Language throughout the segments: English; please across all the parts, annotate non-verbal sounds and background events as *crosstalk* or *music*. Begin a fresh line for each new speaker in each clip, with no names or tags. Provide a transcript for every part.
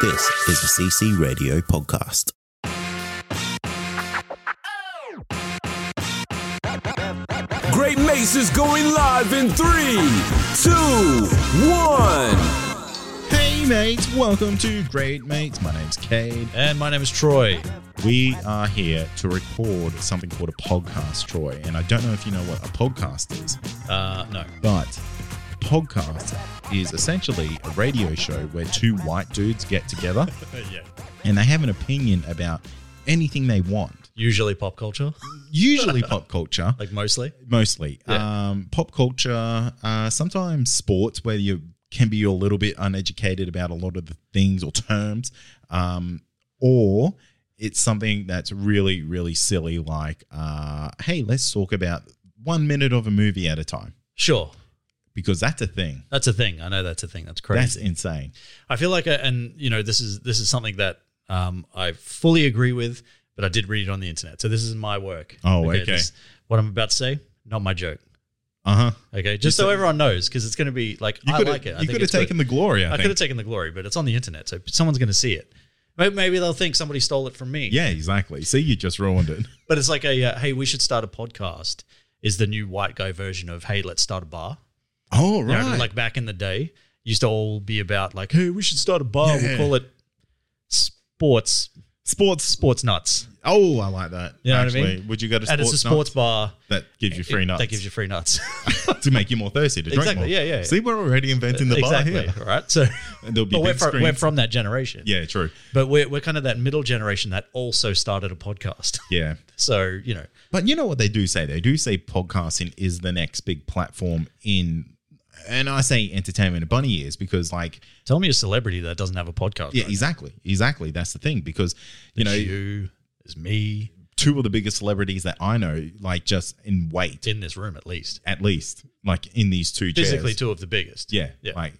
This is a CC Radio podcast.
Great Mace is going live in three, two, one.
Hey mates, welcome to Great Mates. My name's Cade.
And my name is Troy.
We are here to record something called a podcast, Troy. And I don't know if you know what a podcast is,
Uh, no.
but podcast is essentially a radio show where two white dudes get together
*laughs* yeah.
and they have an opinion about anything they want.
Usually pop culture,
Usually pop culture,
like mostly.
mostly.
Yeah.
Um, pop culture, uh, sometimes sports, where you can be a little bit uneducated about a lot of the things or terms, um, or it's something that's really, really silly, like, uh, hey, let's talk about one minute of a movie at a time,
Sure.
because that's a thing.
That's a thing. I know that's a thing. That's
That's
crazy.
insane.
I feel like, I, and you know, this is this is something that um, I fully agree with, but I did read it on the internet. So this is my work.
Oh, okay.
this- what I'm about to say, not my joke.
Uh huh.
Okay, just so everyone knows, because it's going to be like I like it. I
You
think
could have
it's
taken
good.
the glory. I,
I could have
think.
taken the glory, but it's on the internet, so someone's going to see it. May- Maybe they'll think somebody stole it from me.
yeah, exactly. See, you just ruined
*laughs*
it.
But it's like a uh, hey, we should start a podcast. Is the new white guy version of hey, let's start a bar.
Oh,
You know,
right.
like back in the day, used to all be about like hey, we should start a bar.
Yeah.
We'll call it sports
sports.
sports nuts,
Oh, I like that.
You know what I
Actually,
mean?
would you go to
and
sports?
it's a sports
nights?
bar.
that gives you free
It-
nuts.
That gives you free nuts.
to make you more thirsty to drink
Exactly,
more.
yeah, yeah.
See, we're already inventing the
exactly.
bar here.
All right. So,
And there'll be
but we're
big
from, we're
screens.
from that generation.
Yeah, true.
But we're we're kind of that middle generation that also started a podcast. *laughs*
Yeah.
So you know,
But you know what they do say? They do say podcasting is the next big platform in, and I say entertainment in bunny ears because, like,
tell me a celebrity that doesn't have a podcast.
yeah,
right?
exactly. Exactly. That's the thing because, you know,
you, there's me
two of the biggest celebrities that I know, like, just in weight,
in this room at least.
at least, like, in these two chairs.
Physically, two of the biggest.
Yeah.
yeah.
Like,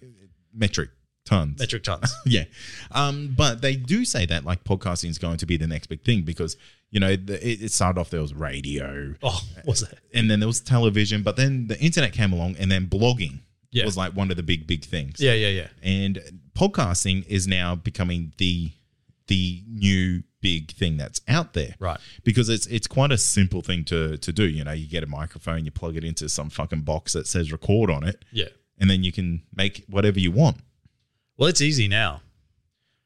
metric tons. *laughs*
metric tons.
yeah. Um, but they do say that like podcasting is going to be the next big thing because you know the, it, it started off there was radio
oh, what's that?
and then there was television, but then the internet came along and then blogging
Yeah.
was like one of the big big things.
Yeah, yeah, yeah.
And podcasting is now becoming the the new big thing that's out there.
Right.
Because it's it's quite a simple thing to to do. You know, you get a microphone, you plug it into some fucking box that says record on it,
Yeah.
and then you can make whatever you want.
Well, it's easy now.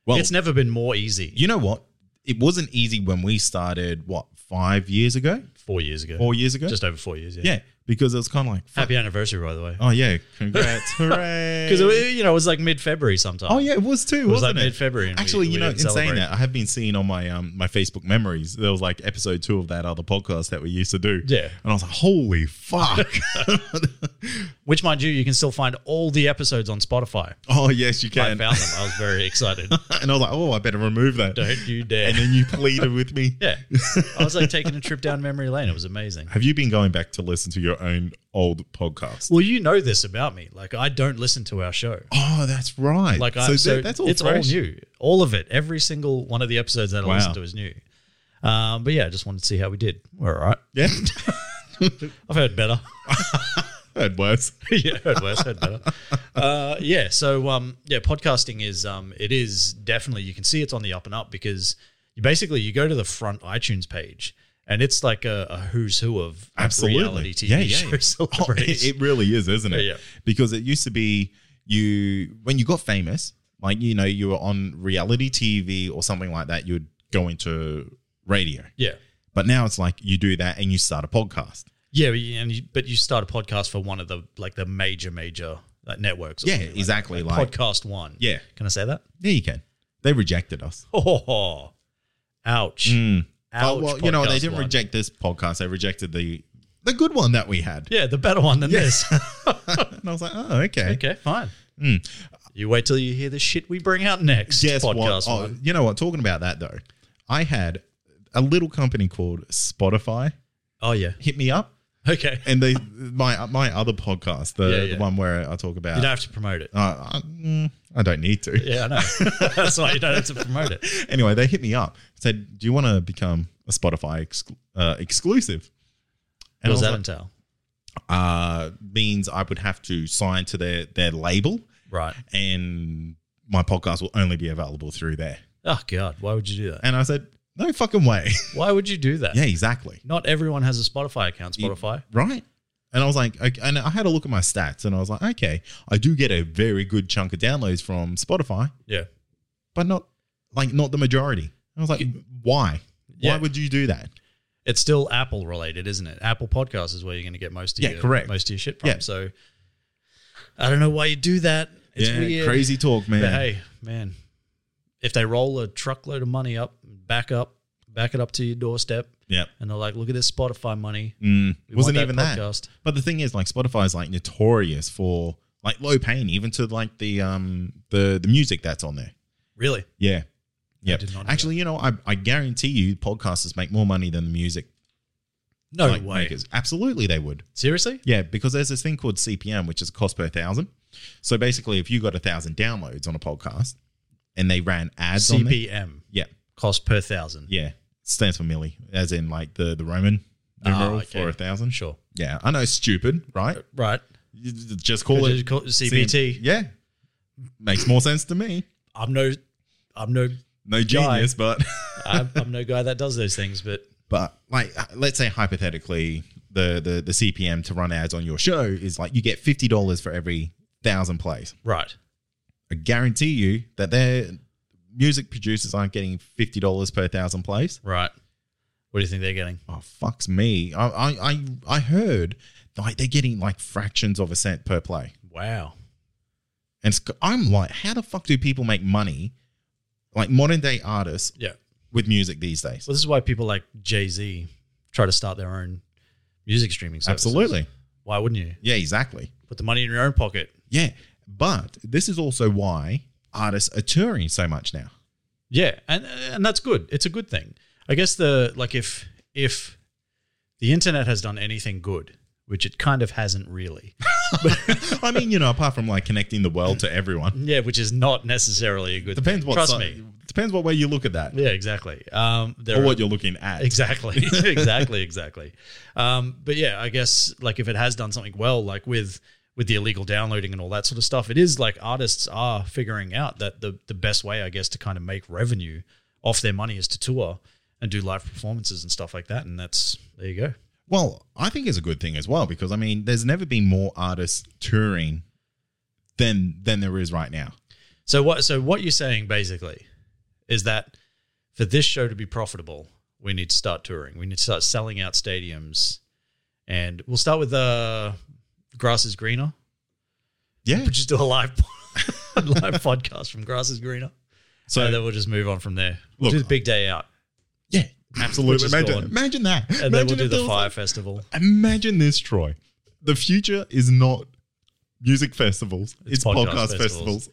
Well,
it's never been more easy.
you know what? It wasn't easy when we started, what, five years ago?
four years ago.
Four years ago?
Just over four years. Yeah.
yeah, because it was kind of like, fuck.
Happy anniversary, by the way.
oh, yeah,
*laughs*
congrats, hooray.
Because you know it was like mid-February sometime.
Oh yeah, it was too. It
was like
wasn't
mid-February and we-
Actually,
we
you know, in
didn't
saying
celebrate.
that, I have been seeing on my um my Facebook memories there was like episode two of that other podcast that we used to do.
Yeah.
and I was like, holy
*laughs*
fuck!
Which, mind you, you can still find all the episodes on Spotify.
oh yes, you
I
can.
found them. I was
*laughs*
very excited.
and I was like, oh, I better remove that.
Don't you dare.
And then you pleaded with me.
yeah. I was like taking a trip down memory lane. It was amazing.
Have you been going back to listen to your own old podcast?
Well, you know this about me. Like I don't listen to our show.
Oh, that's right.
Like I,
so,
so,
that- that's all
it's
fresh.
all new. All of it. Every single one of the episodes that I
Wow.
listen to is new. Um, but yeah, I just wanted to see how we did. We're all right.
*laughs* Yeah,
I've heard better.
heard worse.
*laughs* yeah, heard worse, heard better. Uh, yeah, so um, yeah, podcasting is um, it is definitely you can see it's on the up and up because you basically you go to the front iTunes page and it's like a, a who's who of like, reality TV
yeah,
*laughs*
yeah.
shows.
Oh, it, it really is, isn't it?
Yeah, yeah.
Because it used to be you when you got famous, like you know, you were on reality TV or something like that. You'd go into radio,
yeah,
but now it's like you do that and you start a podcast.
yeah, but you- and you, but you start a podcast for one of the like the major major like, networks. or
Yeah,
something like
exactly.
that.
Like,
podcast one.
Yeah.
can I say that? *laughs*
yeah, you can. They rejected us.
Oh, ouch.
Mm.
Ouch,
oh well, you know, they
Podcast
didn't
One.
reject this podcast. They rejected the the good one that we had.
Yeah, the better one than this. *laughs*
And I was like, oh, okay. Hmm.
okay, fine. You wait till you hear the shit we bring out next.
Guess
podcast
what? Oh,
one.
you know what? Talking about that though, I had a little company called Spotify
Oh yeah.
hit me up,
Okay.
and they my my other podcast, the,
Yeah,
the
yeah.
one where I talk about.
You don't have to promote it.
uh, I, mm, I don't need to.
Yeah, I know. *laughs* That's why you don't have to promote
*laughs*
it.
Anyway, they hit me up, said, "Do you want to become a Spotify ex- uh, exclusive?"
What
I
does
was
that
like,
entail?
uh, means I would have to sign to their their label,
Right.
and my podcast will only be available through there.
Oh God, why would you do that?
And I said, "No fucking way." *laughs*
Why would you do that?
yeah, exactly.
Not everyone has a Spotify account. Spotify.
right? And I was like, okay, and I had a look at my stats, and I was like, okay, I do get a very good chunk of downloads from Spotify,
Yeah.
but not like not the majority. I was like, why?
Yeah.
Why would you do that?
It's still Apple related, isn't it? Apple Podcasts is where you're going to get most of
Yeah,
your
correct.
most of your shit from.
Yeah.
So I don't know why you do that. It's weird.
crazy talk, man.
But hey, man, if they roll a truckload of money up, back up, back it up to your doorstep,
yeah,
and they're like, "Look at this Spotify money."
Mm.
We want
wasn't
that
even that.
podcast.
But the thing is, like, Spotify is like notorious for like low paying, even to like the um the the music that's on there.
Really?
Yeah, yeah.
did not know that.
Actually, you know, I I guarantee you, podcasters make more money than the music
No
like,
way.
makers. Absolutely, they would.
Seriously?
Yeah, because there's this thing called CPM, which is cost per thousand. So basically, if you got a thousand downloads on a podcast and they ran ads on there,
CPM
yeah,
cost per thousand.
yeah, stands for milli, as in like the the Roman
Ah,
numeral
okay.
for a thousand.
Sure.
Yeah, I know, stupid, right?
Right.
You j- Just call
Could you
it
call it CPT?
C- yeah, makes more sense to me.
I'm no, I'm no,
No genius, but *laughs*
I'm, I'm no guy that does those things. But
but like let's say hypothetically, the the the CPM to run ads on your show is like you get fifty dollars for every thousand plays.
right.
I guarantee you that their music producers aren't getting fifty dollars per thousand plays.
Right. What do you think they're getting?
Oh fucks me! I I I, I heard like they're getting like fractions of a cent per play,
Wow.
and it's, I'm like, how the fuck do people make money? Like modern day artists
Yeah.
with music these days.
Well, this is why people like Jay Z try to start their own music streaming services.
Absolutely.
Why wouldn't you
Yeah, exactly.
put the money in your own pocket?
Yeah, but this is also why artists are touring so much now. *laughs*
Yeah, and and that's good. It's a good thing. I guess the like if if the internet has done anything good, which it kind of
*laughs*
hasn't really.
I mean, you know, apart from like connecting the world to everyone,
Yeah, which is not necessarily a good.
depends
thing.
what
Trust
si-
me.
depends what way you look at that
Yeah, exactly. Um, there
or
are-
what you're looking at.
Exactly. *laughs* exactly. Exactly. Um, but yeah, I guess like if it has done something well, like with with the illegal downloading and all that sort of stuff, it is like artists are figuring out that the the best way, I guess, to kind of make revenue off their money is to tour and do live performances and stuff like that. And that's there you go.
Well, I think it's a good thing as well because I mean, there's never been more artists touring than than there is right now.
So what so what you're saying basically is that for this show to be profitable, we need to start touring. We need to start selling out stadiums. And we'll start with uh, grass is greener. *laughs*
Yeah.
We'll just do a live live podcast from Grass is Greener. So
So
then we'll just move on from there. We'll
Look,
do the big day out.
yeah,
Which
absolutely.
is
Imagine,
gone.
imagine that.
And
imagine
then we'll do
if there
the
was
fire festival.
like- imagine this, Troy. The future is not music festivals. It's,
It's
podcast,
podcast
festivals.
festivals.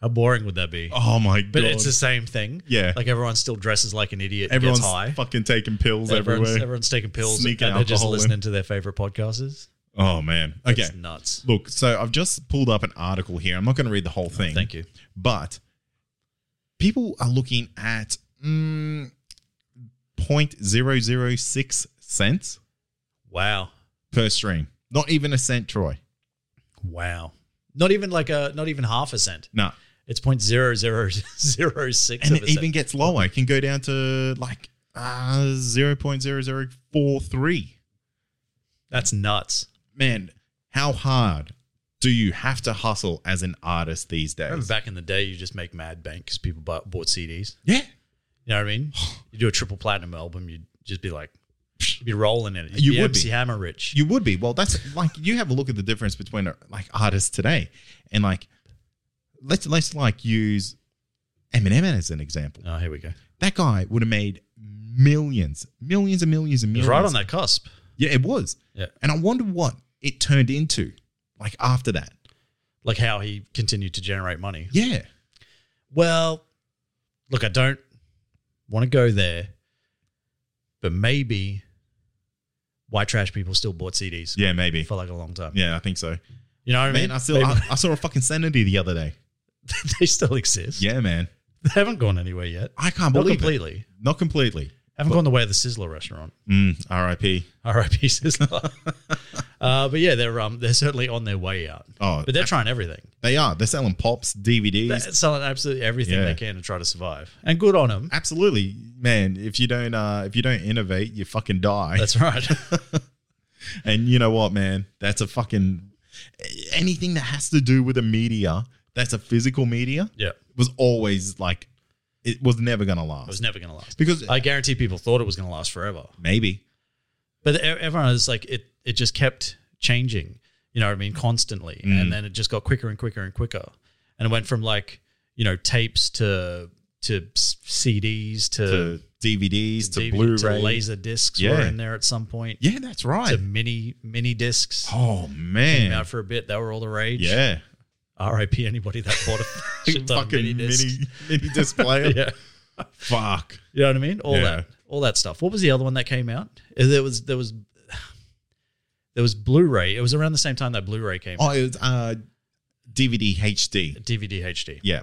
How boring would that be?
Oh my god!
but it's the same thing.
Yeah.
Like everyone still dresses like an idiot and
everyone's
gets high.
fucking taking pills
everyone's,
everywhere.
everyone's taking pills
Sneaking
and they're just
alcohol in.
listening to their favorite podcasters.
Oh man. Okay.
It's nuts.
Look, so I've just pulled up an article here. I'm not going to read the whole thing.
Oh, Thank you.
but people are looking at mm, 0.006 cents
Wow.
per stream. Not even a cent, Troy.
Wow. Not even like a not even half a cent.
No.
It's point zero zero *laughs* zero six
And
of
it
a
even
cent.
gets lower. It can go down to like uh, 0.0043.
That's nuts.
Man, how hard do you have to hustle as an artist these
Remember
days?
back in the day, you just make mad bank because people bought, bought CDs.
Yeah.
You know what
*sighs*
I mean? You do a triple platinum album, you'd just be like, you'd be rolling in it. You'd
You
be
would
MC
be.
Hammer rich.
You would be. Well, that's like you have a look at the difference between uh, like artists today and like let's let's like use Eminem as an example.
oh, here we go.
That guy would have made millions, millions and millions and
It
millions.
was right on that cusp.
Yeah, it was.
Yeah.
And I wonder what it turned into like after that.
Like how he continued to generate money.
Yeah.
Well, look, I don't want to go there, but maybe white trash people still bought CDs
Yeah, maybe.
for like a long time.
Yeah, I think so.
You know what I mean?
Man, I still
Maybe- *laughs*
I, I saw a fucking sanity the other day.
they still exist.
Yeah, man.
They haven't gone anywhere yet.
I can't
Not
believe it.
completely.
Not completely.
Haven't gone the way of the Sizzler restaurant.
Mm, R.I.P.
*laughs* R.I.P. Sizzler. uh, but yeah, they're um, they're certainly on their way out.
Oh,
But they're trying everything.
they are. They're selling pops, DVDs.
They're selling absolutely everything
Yeah.
they can to try to survive. And good on them.
Absolutely, man. If you don't, uh, if you don't innovate, you fucking die.
That's right.
*laughs* and you know what, man? That's a fucking anything that has to do with a media. That's a physical media.
yeah. It
Was always like, it was never gonna last.
was never going to last.
because
I guarantee people thought it was going to last forever.
maybe,
But e- everyone was like, it, it just kept changing, you know what I mean, constantly.
Mm.
And then it just got quicker and quicker and quicker. And it went from like, you know, tapes to to s- CDs
to
to,
DVDs to,
DVD
Blu-ray.
to laser discs were
Yeah.
in there at some point.
Yeah, that's right.
To mini mini discs
oh
came
man,
out for a bit. They were all the rage.
yeah.
RIP anybody that
*laughs*
bought a *laughs* shit ton of
fucking
mini
mini
discs.
*laughs* mini, display.
*laughs* Yeah.
Fuck.
You know what I mean? All
Yeah.
that, all that stuff. What was the other one that came out? Uh, There was there was there was Blu-ray. It was around the same time that Blu-ray came. out.
Oh, it was uh, DVD HD.
DVD HD.
Yeah.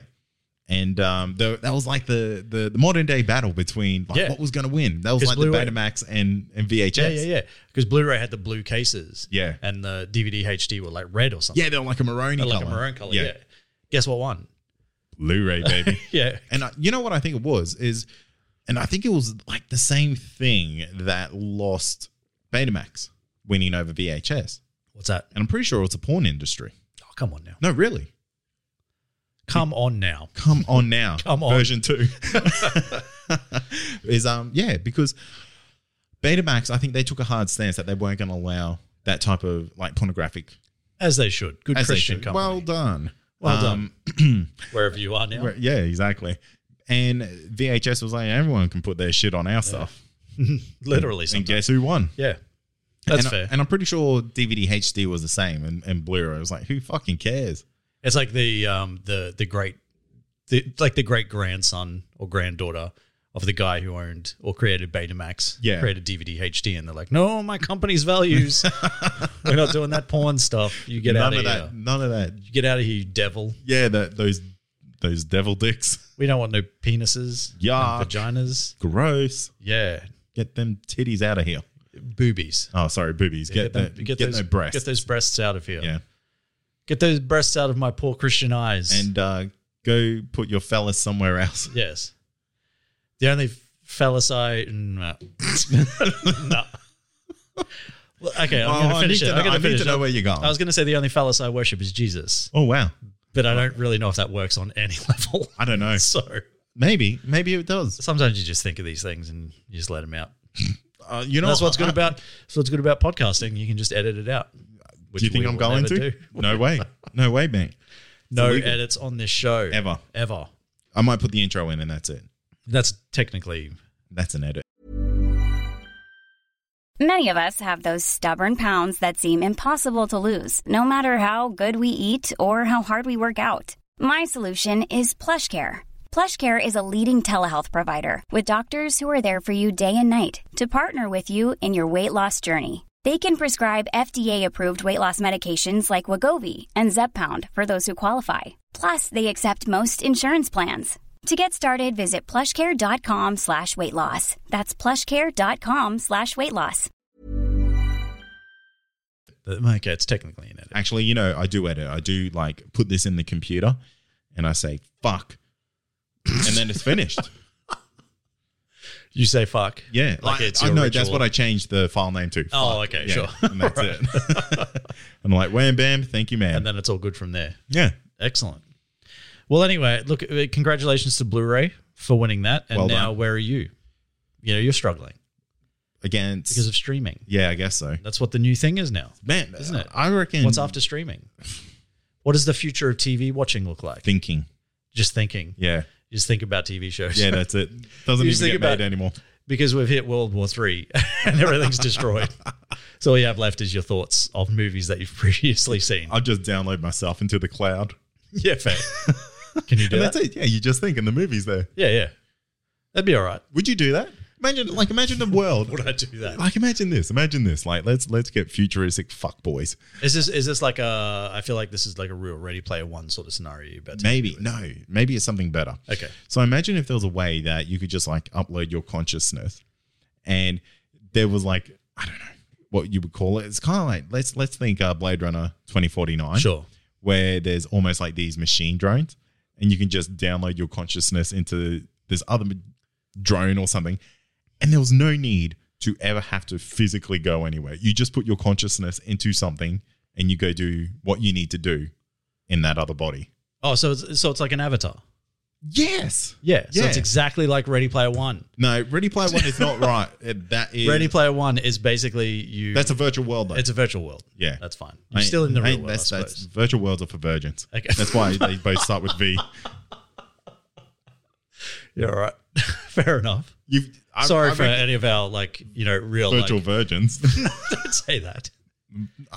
And um, the, that was like the, the the modern day battle between like,
Yeah.
what was going to win. That was
It's
like
Blu-ray.
the Betamax and and VHS.
Yeah, yeah, yeah. Because Blu-ray had the blue cases.
Yeah.
And the DVD HD were like red or something.
Yeah, they're like a maroon
Or
color.
like a maroon color. Yeah. Guess what one? *laughs*
Blu-ray baby.
Yeah.
and I, you know what I think it was is, and I think it was like the same thing that lost Betamax winning over VHS.
What's that?
And I'm pretty sure it was the porn industry.
Oh, come on now.
No, really.
Come on now.
Come on now.
*laughs* Come on.
Version two. *laughs* is um yeah, because Betamax, I think they took a hard stance that they weren't gonna allow that type of like pornographic
As they should. Good
as they
Christian
should.
company.
Well done.
Well
done.
Wherever you are now.
yeah, exactly. And VHS was like, everyone can put their shit on our stuff.
*laughs* Literally
And
something.
guess who won?
Yeah. That's
and,
fair.
I, and I'm pretty sure DVD HD was the same and, and Blu-ray. was like, who fucking cares?
It's like the um the the great the like the great grandson or granddaughter of the guy who owned or created Betamax.
Yeah.
Created DVD HD and they're like, No, my
*laughs*
company's values. We're not doing that porn stuff. You get
none
out of,
of
here.
that. None of that.
You get out of here, you devil.
Yeah, that those those devil dicks.
We don't want no penises. and
Yuck.
Vaginas.
Gross.
Yeah.
Get them titties out of here.
Boobies.
Oh, sorry, boobies. Get,
them-
the, get, no breasts.
Get those breasts out of here.
yeah,
Get those breasts out of my poor Christian eyes.
and uh, go put your fellas somewhere else.
Yes. The only phallus I no. uh, *laughs* no. Well, okay, I'm
Oh,
gonna
I
finish
need
it.
to
I'm
know-
gonna
I need
finish
to
it.
know where you're going.
I was gonna say the only phallus I worship is Jesus,
Oh wow,
but I don't really know if that works on any *laughs* level.
I don't know.
So
Maybe, maybe it does.
sometimes you just think of these things and you just let them out.
Uh, you know,
that's what's
I-
good
I-
about that's what's good about podcasting. You can just edit it out. which
Do you think
we
I'm
will
going
never
to?
do.
No
*laughs*
way, no way, man.
No
illegal.
edits on this show
Ever.
ever.
I might put the intro in, and that's it.
That's technically
That's an edit.
Many of us have those stubborn pounds that seem impossible to lose, no matter how good we eat or how hard we work out. My solution is PlushCare. PlushCare is a leading telehealth provider with doctors who are there for you day and night to partner with you in your weight loss journey. They can prescribe FDA-approved weight loss medications like Wagovi and Zepbound for those who qualify. Plus, they accept most insurance plans. To get started, visit plushcare.com slash weight loss. That's plushcare.com slash weight loss.
okay. It's technically an edit.
Actually, you know, I do edit. I do like put this in the computer, and I say fuck, and then it's
*laughs*
finished.
You say fuck.
Yeah,
Like
I,
it's
I
your
know that's
ritual.
what I changed the file name to.
Oh,
Fuck.
okay,
Yeah,
sure.
And
*laughs*
that's it. *laughs* I'm like, wham, bam, thank you, man.
and then it's all good from there.
yeah,
Excellent. Well, anyway, look, uh, congratulations to Blu-ray for winning that. And
Well
now,
done.
where are you? You know, you're struggling
against
because of streaming.
yeah, I guess so.
That's what the new thing is now.
Man,
Isn't it?
I reckon.
What's after streaming? What does the future of TV watching look like?
thinking?
just thinking.
Yeah,
Just think about TV shows.
yeah, that's it. Doesn't even
You just
get
think about-
made anymore.
*laughs* because we've hit World War Three *laughs* and
*laughs*
everything's destroyed. So all you have left is your thoughts of movies that you've *laughs* previously seen.
I'll just download myself into the cloud.
Yeah, fair. Can you do
And *laughs*
that?
that's it. Yeah, you just think, and the movie's there.
Yeah, yeah. That'd be all right.
Would you do that? Imagine, like, imagine the world.
*laughs* Would I do that?
Like, imagine this. Imagine this. Like, let's let's get futuristic fuckboys.
Is this is this like a? I feel like this is like a real Ready Player One sort of scenario. You bet.
Maybe no. Maybe it's something better.
Okay.
So imagine if there was a way that you could just like upload your consciousness, and there was like I don't know what you would call it. It's kind of like let's let's think uh, Blade Runner twenty forty nine.
Sure.
where there's almost like these machine drones, and you can just download your consciousness into this other m- drone or something. And there was no need to ever have to physically go anywhere. You just put your consciousness into something and you go do what you need to do in that other body.
Oh, so it's, so it's like an avatar.
Yes.
Yeah. So
Yeah.
it's exactly like Ready Player One.
No, Ready Player One is not right. *laughs* It- That is
Ready Player One is basically you.
That's a virtual world though.
it's a virtual world.
Yeah.
that's fine.
I
You're
ain't-
still in the
I
real
ain't-
world.
That's,
I
that's
suppose.
virtual worlds are for virgins.
Okay.
That's
*laughs*
why they both start with V.
yeah, all right. *laughs* Fair enough.
You've, I-
Sorry
I
for
reckon
any of our like you know real
virtual
*laughs*
Mm,
like,
virgins. *laughs*
don't say that.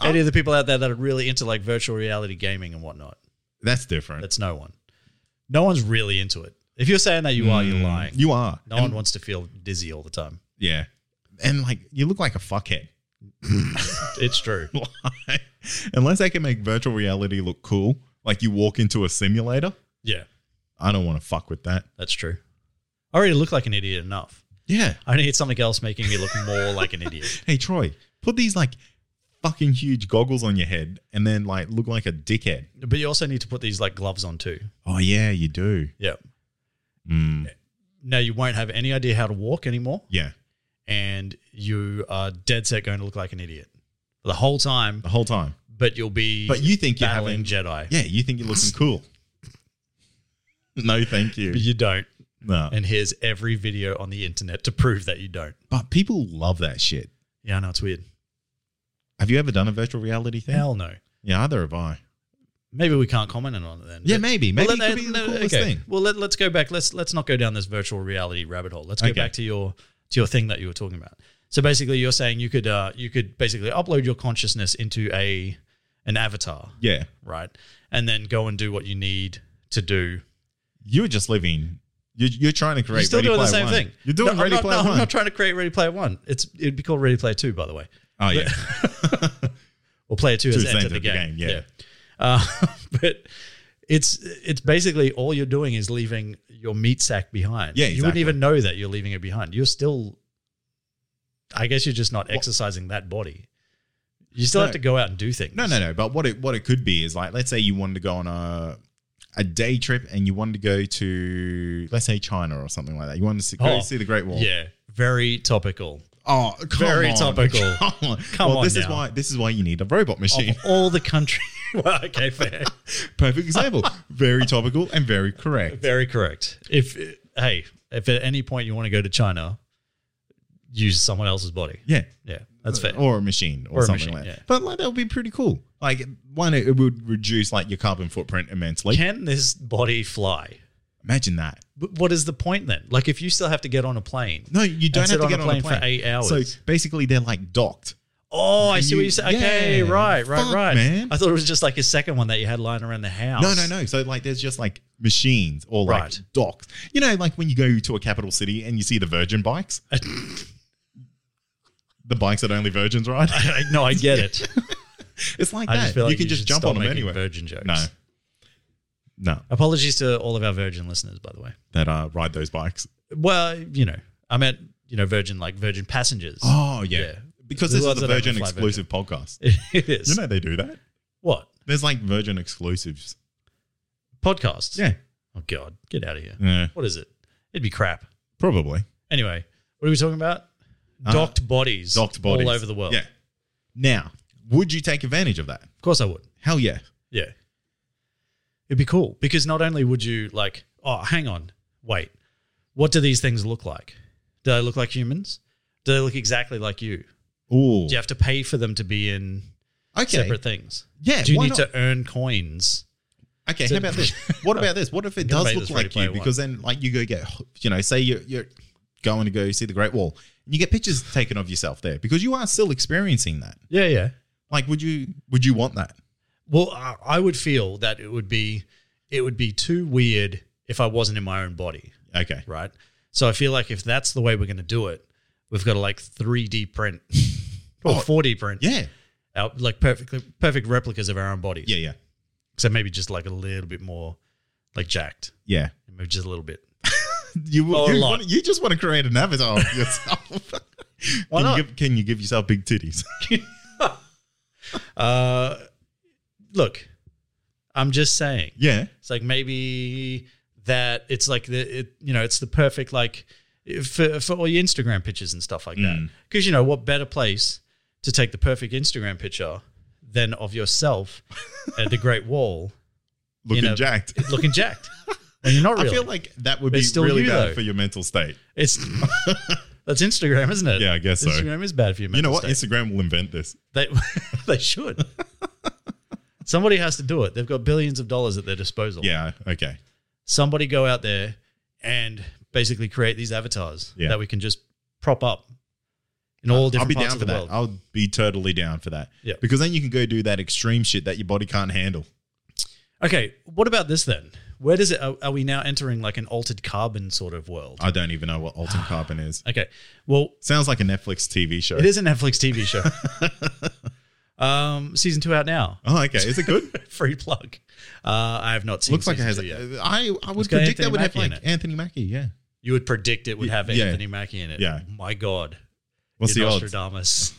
any of the people out there that are really into like virtual reality gaming and whatnot.
That's different.
That's no one. No one's really into it. If you're saying that you are, you're
Mm,
lying.
You are.
no
And-
one wants to feel dizzy all the time.
Yeah. And like you look like a fuckhead. *laughs*
It's true.
Like, Unless they can make virtual reality look cool, like you walk into a simulator,
yeah,
I don't want to fuck with that.
that's true. I already look like an idiot enough.
Yeah.
I need something else making me look more like an idiot.
Hey Troy, put these like fucking huge goggles on your head and then like look like a dickhead.
*laughs* But you also need to put these like gloves on too.
Oh yeah, you do.
Yeah.
Mm,
Now you won't have any idea how to walk anymore,
yeah.
and you are dead set going to look like an idiot the whole time.
The whole time.
But you'll be
But you think you're
battling
having
Jedi,
Yeah, you think you're looking
*laughs*
cool. no, thank
but
you.
you don't.
No.
And here's every video on the internet to prove that you don't.
But people love that shit.
Yeah, I know it's weird.
Have you ever done a virtual reality thing?
Hell no.
Yeah, either have I.
Maybe we can't comment on it then.
Yeah,
But-
maybe. Maybe
Well,
it
let-
could be the
let-
coolest
okay.
thing.
Well, let, us go back. Let's let's not go down this virtual reality rabbit hole. Let's go
Okay.
back to your to your thing that you were talking about. So basically, you're saying you could uh, you could basically upload your consciousness into a an avatar,
Yeah.
right, and then go and do what you need to do.
You're just living. You're, you're trying to create.
you're still
Ready
doing the
Player
same
One.
thing.
You're doing
No, I'm
Ready
not,
Player
no,
One.
I'm not trying to create Ready Player One. It's it'd be called Ready Player Two, by the way,
oh
*laughs*
yeah.
or Player Two
Two
has
has
entered the
entered the
game.
game, yeah.
Uh, *laughs* but it's it's basically all you're doing is leaving your meat sack behind.
Yeah,
you wouldn't
exactly.
even know that you're leaving it behind. You're still, I guess, you're just not exercising that body. You still
No.
have to go out and do things.
no, no, no. But what it what it could be is like, let's say you wanted to go on a a day trip and you wanted to go to let's say China or something like that. You wanted to see, go
Oh,
see the Great Wall.
Yeah, very topical.
Oh, come
Very
on.
topical.
*laughs* Come on.
Come
well,
on
this is
now. Oh.
why this is why you need a robot
Of
machine. *laughs*
all the country. *laughs* well, okay, fair.
Perfect example. very topical and very correct.
Very correct. If hey, if at any point you want to go to China, use someone else's body.
Yeah. Uh,
Yeah, that's fair.
Or a machine or,
Or a
something
machine,
like that.
yeah.
But like that would be pretty cool. Like one, it would reduce like your carbon footprint immensely.
Can this body fly?
Imagine that.
But what is the point then? Like, if you still have to get on a plane.
No, you don't
and
have
sit
to get on a plane,
for eight hours.
So basically, they're like docked.
oh, I see what
you-
you said. Okay,
yeah,
right, right,
fuck,
right.
man.
I thought it was just like a second one that you had lying around the house.
No, no, no. So like, there's just like machines or like
Right.
docks. You know, like when you go to a capital city and you see the Virgin bikes,
*laughs*
the bikes that only virgins ride.
*laughs* I, no, I
*laughs*
get it.
It's like
I
that.
just feel like
you can just
should
jump
stop
on them
making
anywhere.
Virgin jokes.
No, no,
Apologies to all of our virgin listeners, by the way.
that uh, ride those bikes.
Well, you know, I meant you know virgin like virgin passengers.
Oh yeah,
Yeah.
because
The
this
ones
is the
that don't
Virgin
fly
exclusive podcast.
*laughs* it is
You know they do that.
what
There's like Virgin exclusives.
podcasts.
Yeah,
Oh God, get out of here.
yeah,
What is it? It'd be crap.
probably.
Anyway, what are we talking about?
Uh,
Docked bodies.
docked bodies
all over the world.
Yeah. Now, would you take advantage of that?
Of course, I would.
Hell yeah.
Yeah. It'd be cool because not only would you like, oh, hang on, wait, what do these things look like? Do they look like humans? Do they look exactly like you?
Ooh.
Do you have to pay for them to be in
okay.
separate things?
Yeah.
Do you
why
need
not?
to earn coins?
Okay.
to-
How about this? What about this? What if it
*laughs* Gonna
does
make
look
this Ready
like
Player
you? Because then, like, you go get, you know, say you're, you're going to go see the Great Wall, and you get pictures taken of yourself there because you are still experiencing that.
Yeah, yeah.
Like, would you would you want that?
Well, I I would feel that it would be it would be too weird if I wasn't in my own body,
Okay,
right? So I feel like if that's the way we're going to do it, we've got to like 3D print
*laughs*
or
Oh,
4D print,
yeah,
out, like perfectly perfect replicas of our own bodies.
yeah, yeah,
So maybe just like a little bit more like jacked,
yeah.
maybe just a little bit.
You
Or Oh, a
you,
lot.
want, you just want to create an avatar of yourself.
*laughs* Why
can
not?
You give, can you give yourself big titties? *laughs*
Uh, look, I'm just saying.
yeah,
It's like maybe that it's like the it, you know it's the perfect like for for all your Instagram pictures and stuff like that.
Mm.
Because you know what better place to take the perfect Instagram picture than
*laughs*
of yourself at the Great Wall
looking
know,
jacked.
*laughs* looking jacked. And you're not really.
I feel like that would
But
be
it's still
really
you,
bad
though.
for your mental state. *laughs*
it's that's Instagram, isn't it?
Yeah, I guess so.
Instagram is bad for you.
You know what? Instagram will invent this.
They *laughs*
*laughs*
they should. Somebody has to do it. They've got billions of dollars at their disposal.
Yeah. Okay.
Somebody go out there and basically create these avatars
Yeah.
that we can just prop up in all
I'll
different
be
parts
down
of
for
the
that.
world.
I'll be totally down for that.
Yeah.
Because then you can go do that extreme shit that your body can't handle.
okay, what about this then? Where does it? Are, are we now entering like an altered carbon sort of world?
I don't even know what Alton
*sighs*
Carbon is.
okay, well,
Sounds like a Netflix TV show.
it is a Netflix
*laughs*
TV show. um, season two out now. *laughs*
Oh, okay. Is it good?
Free plug. Uh, I have not seen.
Looks like it
season
has.
two yet.
I I would
got
predict
Anthony
that would have
Mackie in
like
it.
Anthony Mackie. Yeah.
You would predict it would have
Yeah.
Anthony Mackie in it.
Yeah.
My God.
What's
You're
the odds?
Nostradamus.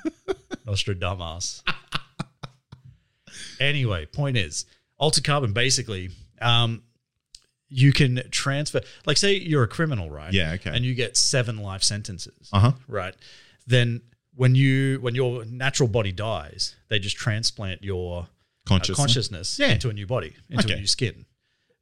*laughs* Nostradamus. anyway, point is, Alter Carbon basically, um, you can transfer, like, say you're a criminal, right?
Yeah, okay.
And you get seven life sentences,
Uh huh.
right? Then when you when your natural body dies, they just transplant your uh,
Conscious.
consciousness,
Yeah.
into a new body, into a
Okay.
new skin,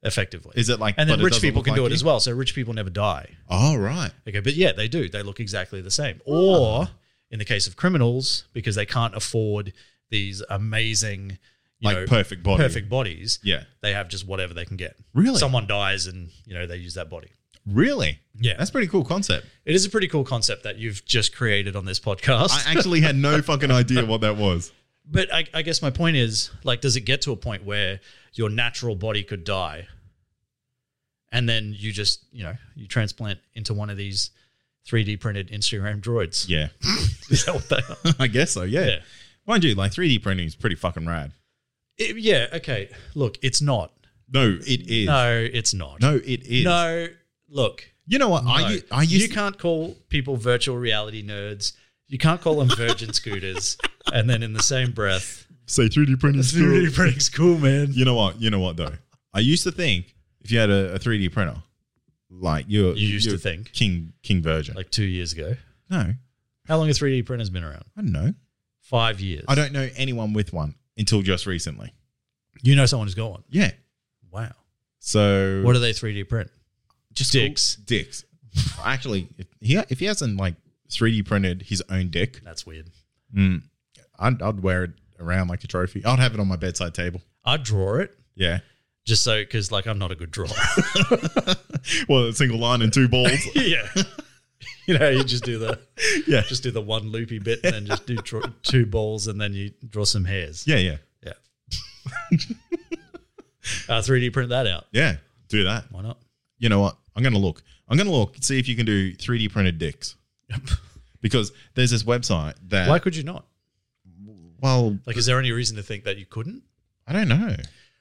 effectively.
Is it like-
And then
but it
rich
doesn't
people
look
can do
like
it
you?
as well. So rich people never die.
All right.
Okay, but yeah, they do. They look exactly the same.
Oh.
Or in the case of criminals, because they can't afford these amazing, you
Like
know,
perfect body.
perfect bodies,
Yeah.
they have just whatever they can get.
Really?
someone dies, and you know they use that body.
Really?
Yeah.
That's a pretty cool concept.
It is a pretty cool concept that you've just created on this podcast. *laughs*
I actually had no fucking idea what that was.
but I, I guess my point is, like, does it get to a point where your natural body could die, and then you just, you know, you transplant into one of these 3D printed Instagram droids?
Yeah.
*laughs*
*laughs*
Is that what they are?
I guess so. Yeah.
Yeah.
Mind you, like 3D printing is pretty fucking rad.
It- yeah, okay. Look, it's not.
No, it is.
No, it's not.
No, it is.
No, look.
You know what?
no.
I u- I used
you can't call people virtual reality nerds. You can't call them
*laughs*
virgin scooters. And then in the same breath,
say 3D printing.
pretty cool, *laughs* man.
You know what? You know what though? I used to think if you had a, a 3D printer, like you're
You used to
you're
think?
king king virgin.
Like two years ago.
no, I
How long have 3D printers been around?
don't know.
Five years.
I don't know anyone with one until just recently.
You know someone who's got one.
Yeah.
Wow.
So
What do they 3D print?
just
dicks?
cool- Dicks. Actually, if he if he hasn't like 3D printed his own dick,
That's weird.
mm, I'd, I'd wear it around like a trophy. I'd have it on my bedside table.
I draw it
Yeah. *laughs*
just so because like I'm not a good drawer. *laughs*
Well, a single line and two balls.
yeah. *laughs* You know, you just do the
yeah.
just do the one loopy bit and then just do draw *laughs* two balls and then you draw some hairs.
Yeah. Yeah.
Yeah. *laughs* uh, 3D print that out.
Yeah. Do that.
Why not?
you know what? I'm going to look. I'm going to look see if you can do 3D printed dicks. *laughs* because there's this website that,
Why could you not?
well,
Like, is there any reason to think that you couldn't?
I don't know.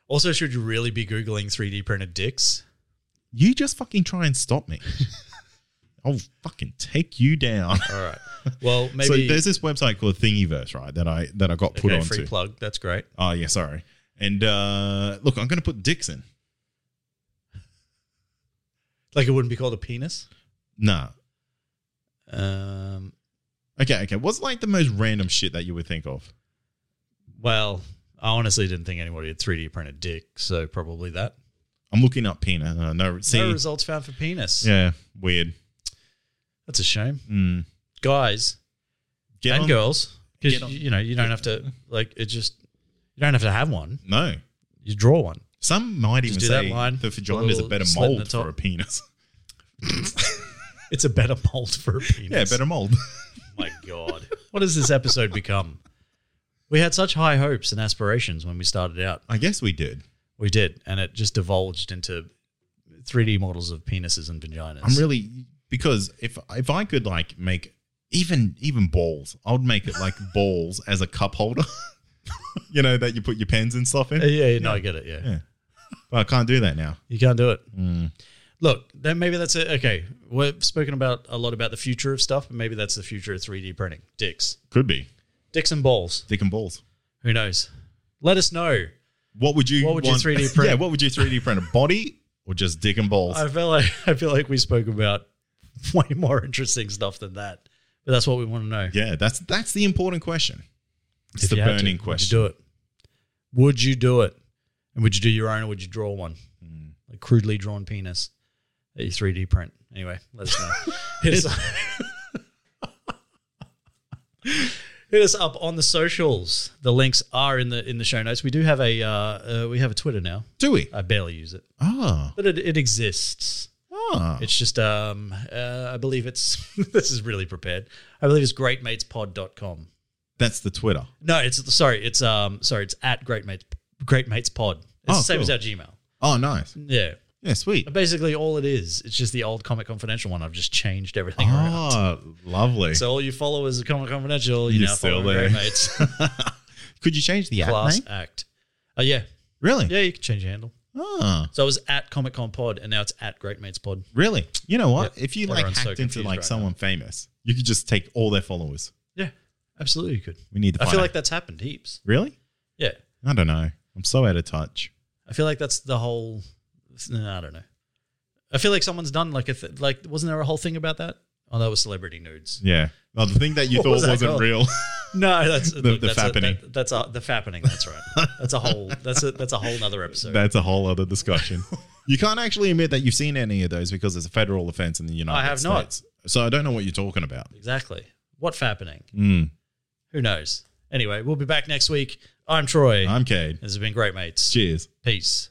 Also, should you really be Googling 3D printed dicks?
You just fucking try and stop
*laughs*
me. I'll fucking take you down. *laughs*
All right. Well, maybe.
so there's this website called Thingiverse, right? That I that I got put
okay,
onto.
free plug. That's great.
Oh yeah, sorry. And uh, look, I'm going to put dicks in.
Like, it wouldn't be called a penis.
Nah.
Um,
Okay, okay. What's like the most random shit that you would think of?
well, I honestly didn't think anybody had 3D printed dick, so probably that.
I'm looking up penis. Uh, no, see,
No results found for penis.
yeah, weird.
That's a shame.
Mm.
Guys,
Get
and
on-
girls because
Get on-
you know you don't have to like it just you don't have to have one
No,
you draw one
Some might
Just
even
do that
say
line,
the
put a
vagina is a
little *laughs*
better
slit in the
mold
top.
for a penis.
It's a better mold for a penis.
Yeah, better mold. *laughs*
My God. What has this episode become? We had such high hopes and aspirations when we started out.
I guess we did.
We did, and it just divulged into 3D models of penises and vaginas.
I'm really because if if I could like make even even balls, I would make
*laughs*
it like balls as a cup holder. *laughs* you know that you put your pens and stuff in.
Uh, yeah, yeah, no, I get it. Yeah.
Yeah. Mm. But I can't do that now.
You can't do it. Look, then maybe that's it. Okay, we've spoken about a lot about the future of stuff, but maybe that's the future of 3D printing. Dicks,
Could be
dicks and balls.
dick and balls.
Who knows? Let us know.
What would you?
What would you
want- *laughs*
3D print?
yeah, what would you 3D print? A body or just dick and balls?
I feel like *laughs* I feel like we spoke about *laughs* way more interesting stuff than that, but that's what we want to know.
yeah, that's that's the important question. It's
If
the
you had to,
burning question.
Would you do it? Would you do it? And would you do your own or would you draw one?
Hmm.
A crudely drawn penis that you 3D print. Anyway, let us
*laughs*
know. Hit us *laughs* Hit us up on the socials. The links are in the in the show notes. We do have a uh, uh, we have a Twitter now.
Do we?
I barely use it,
Ah,
but it, it exists.
ah.
It's just um uh, I believe it's *laughs* this is really prepared. I believe it's greatmatespodd.com.
That's the Twitter.
No, it's sorry, it's um sorry, it's at Great Mates Great Mates Pod. It's
Oh,
the same
cool.
as our Gmail.
Oh, nice.
Yeah.
Yeah, sweet.
Basically all it is, it's just the old Comic Confidential one. I've just changed everything around.
Ah, lovely.
So all you followers of Comic Confidential, you
You're
now
still
follow Great
there.
Mates
*laughs* Could you change the app
Class
name?
Act. Uh, yeah.
Really?
Yeah, you can change your handle.
Ah,
So it was at Comic Con Pod and now it's at Great Mates Pod.
really? You know what?
Yep.
If you like
Everyone's so
hacked into
confused
like
right
someone famous, you could just take all their followers.
Yeah. Absolutely you could.
We need to.
I
find
feel
out-
like that's happened heaps.
Really?
Yeah.
I don't know. I'm so out of touch.
I feel like that's the whole. I don't know. I feel like someone's done like a th- like. Wasn't there a whole thing about that? Oh, that was celebrity
*laughs*
nudes.
Yeah. Well, the thing that you
*laughs* What
thought
was that
was not
called?
real.
No, that's
The- the
that's A,
fappening.
that- that's a, the fappening. That's right. That's a whole. That's a that's a whole other episode.
That's a whole other discussion. you can't actually admit that you've seen any of those because it's a federal offense in the United States.
I have not.
not. So I don't know what you're talking about.
exactly. What fappening?
Mm.
Who knows? Anyway, we'll be back next week. I'm Troy.
I'm Cade.
this has been great, mates.
Cheers.
Peace.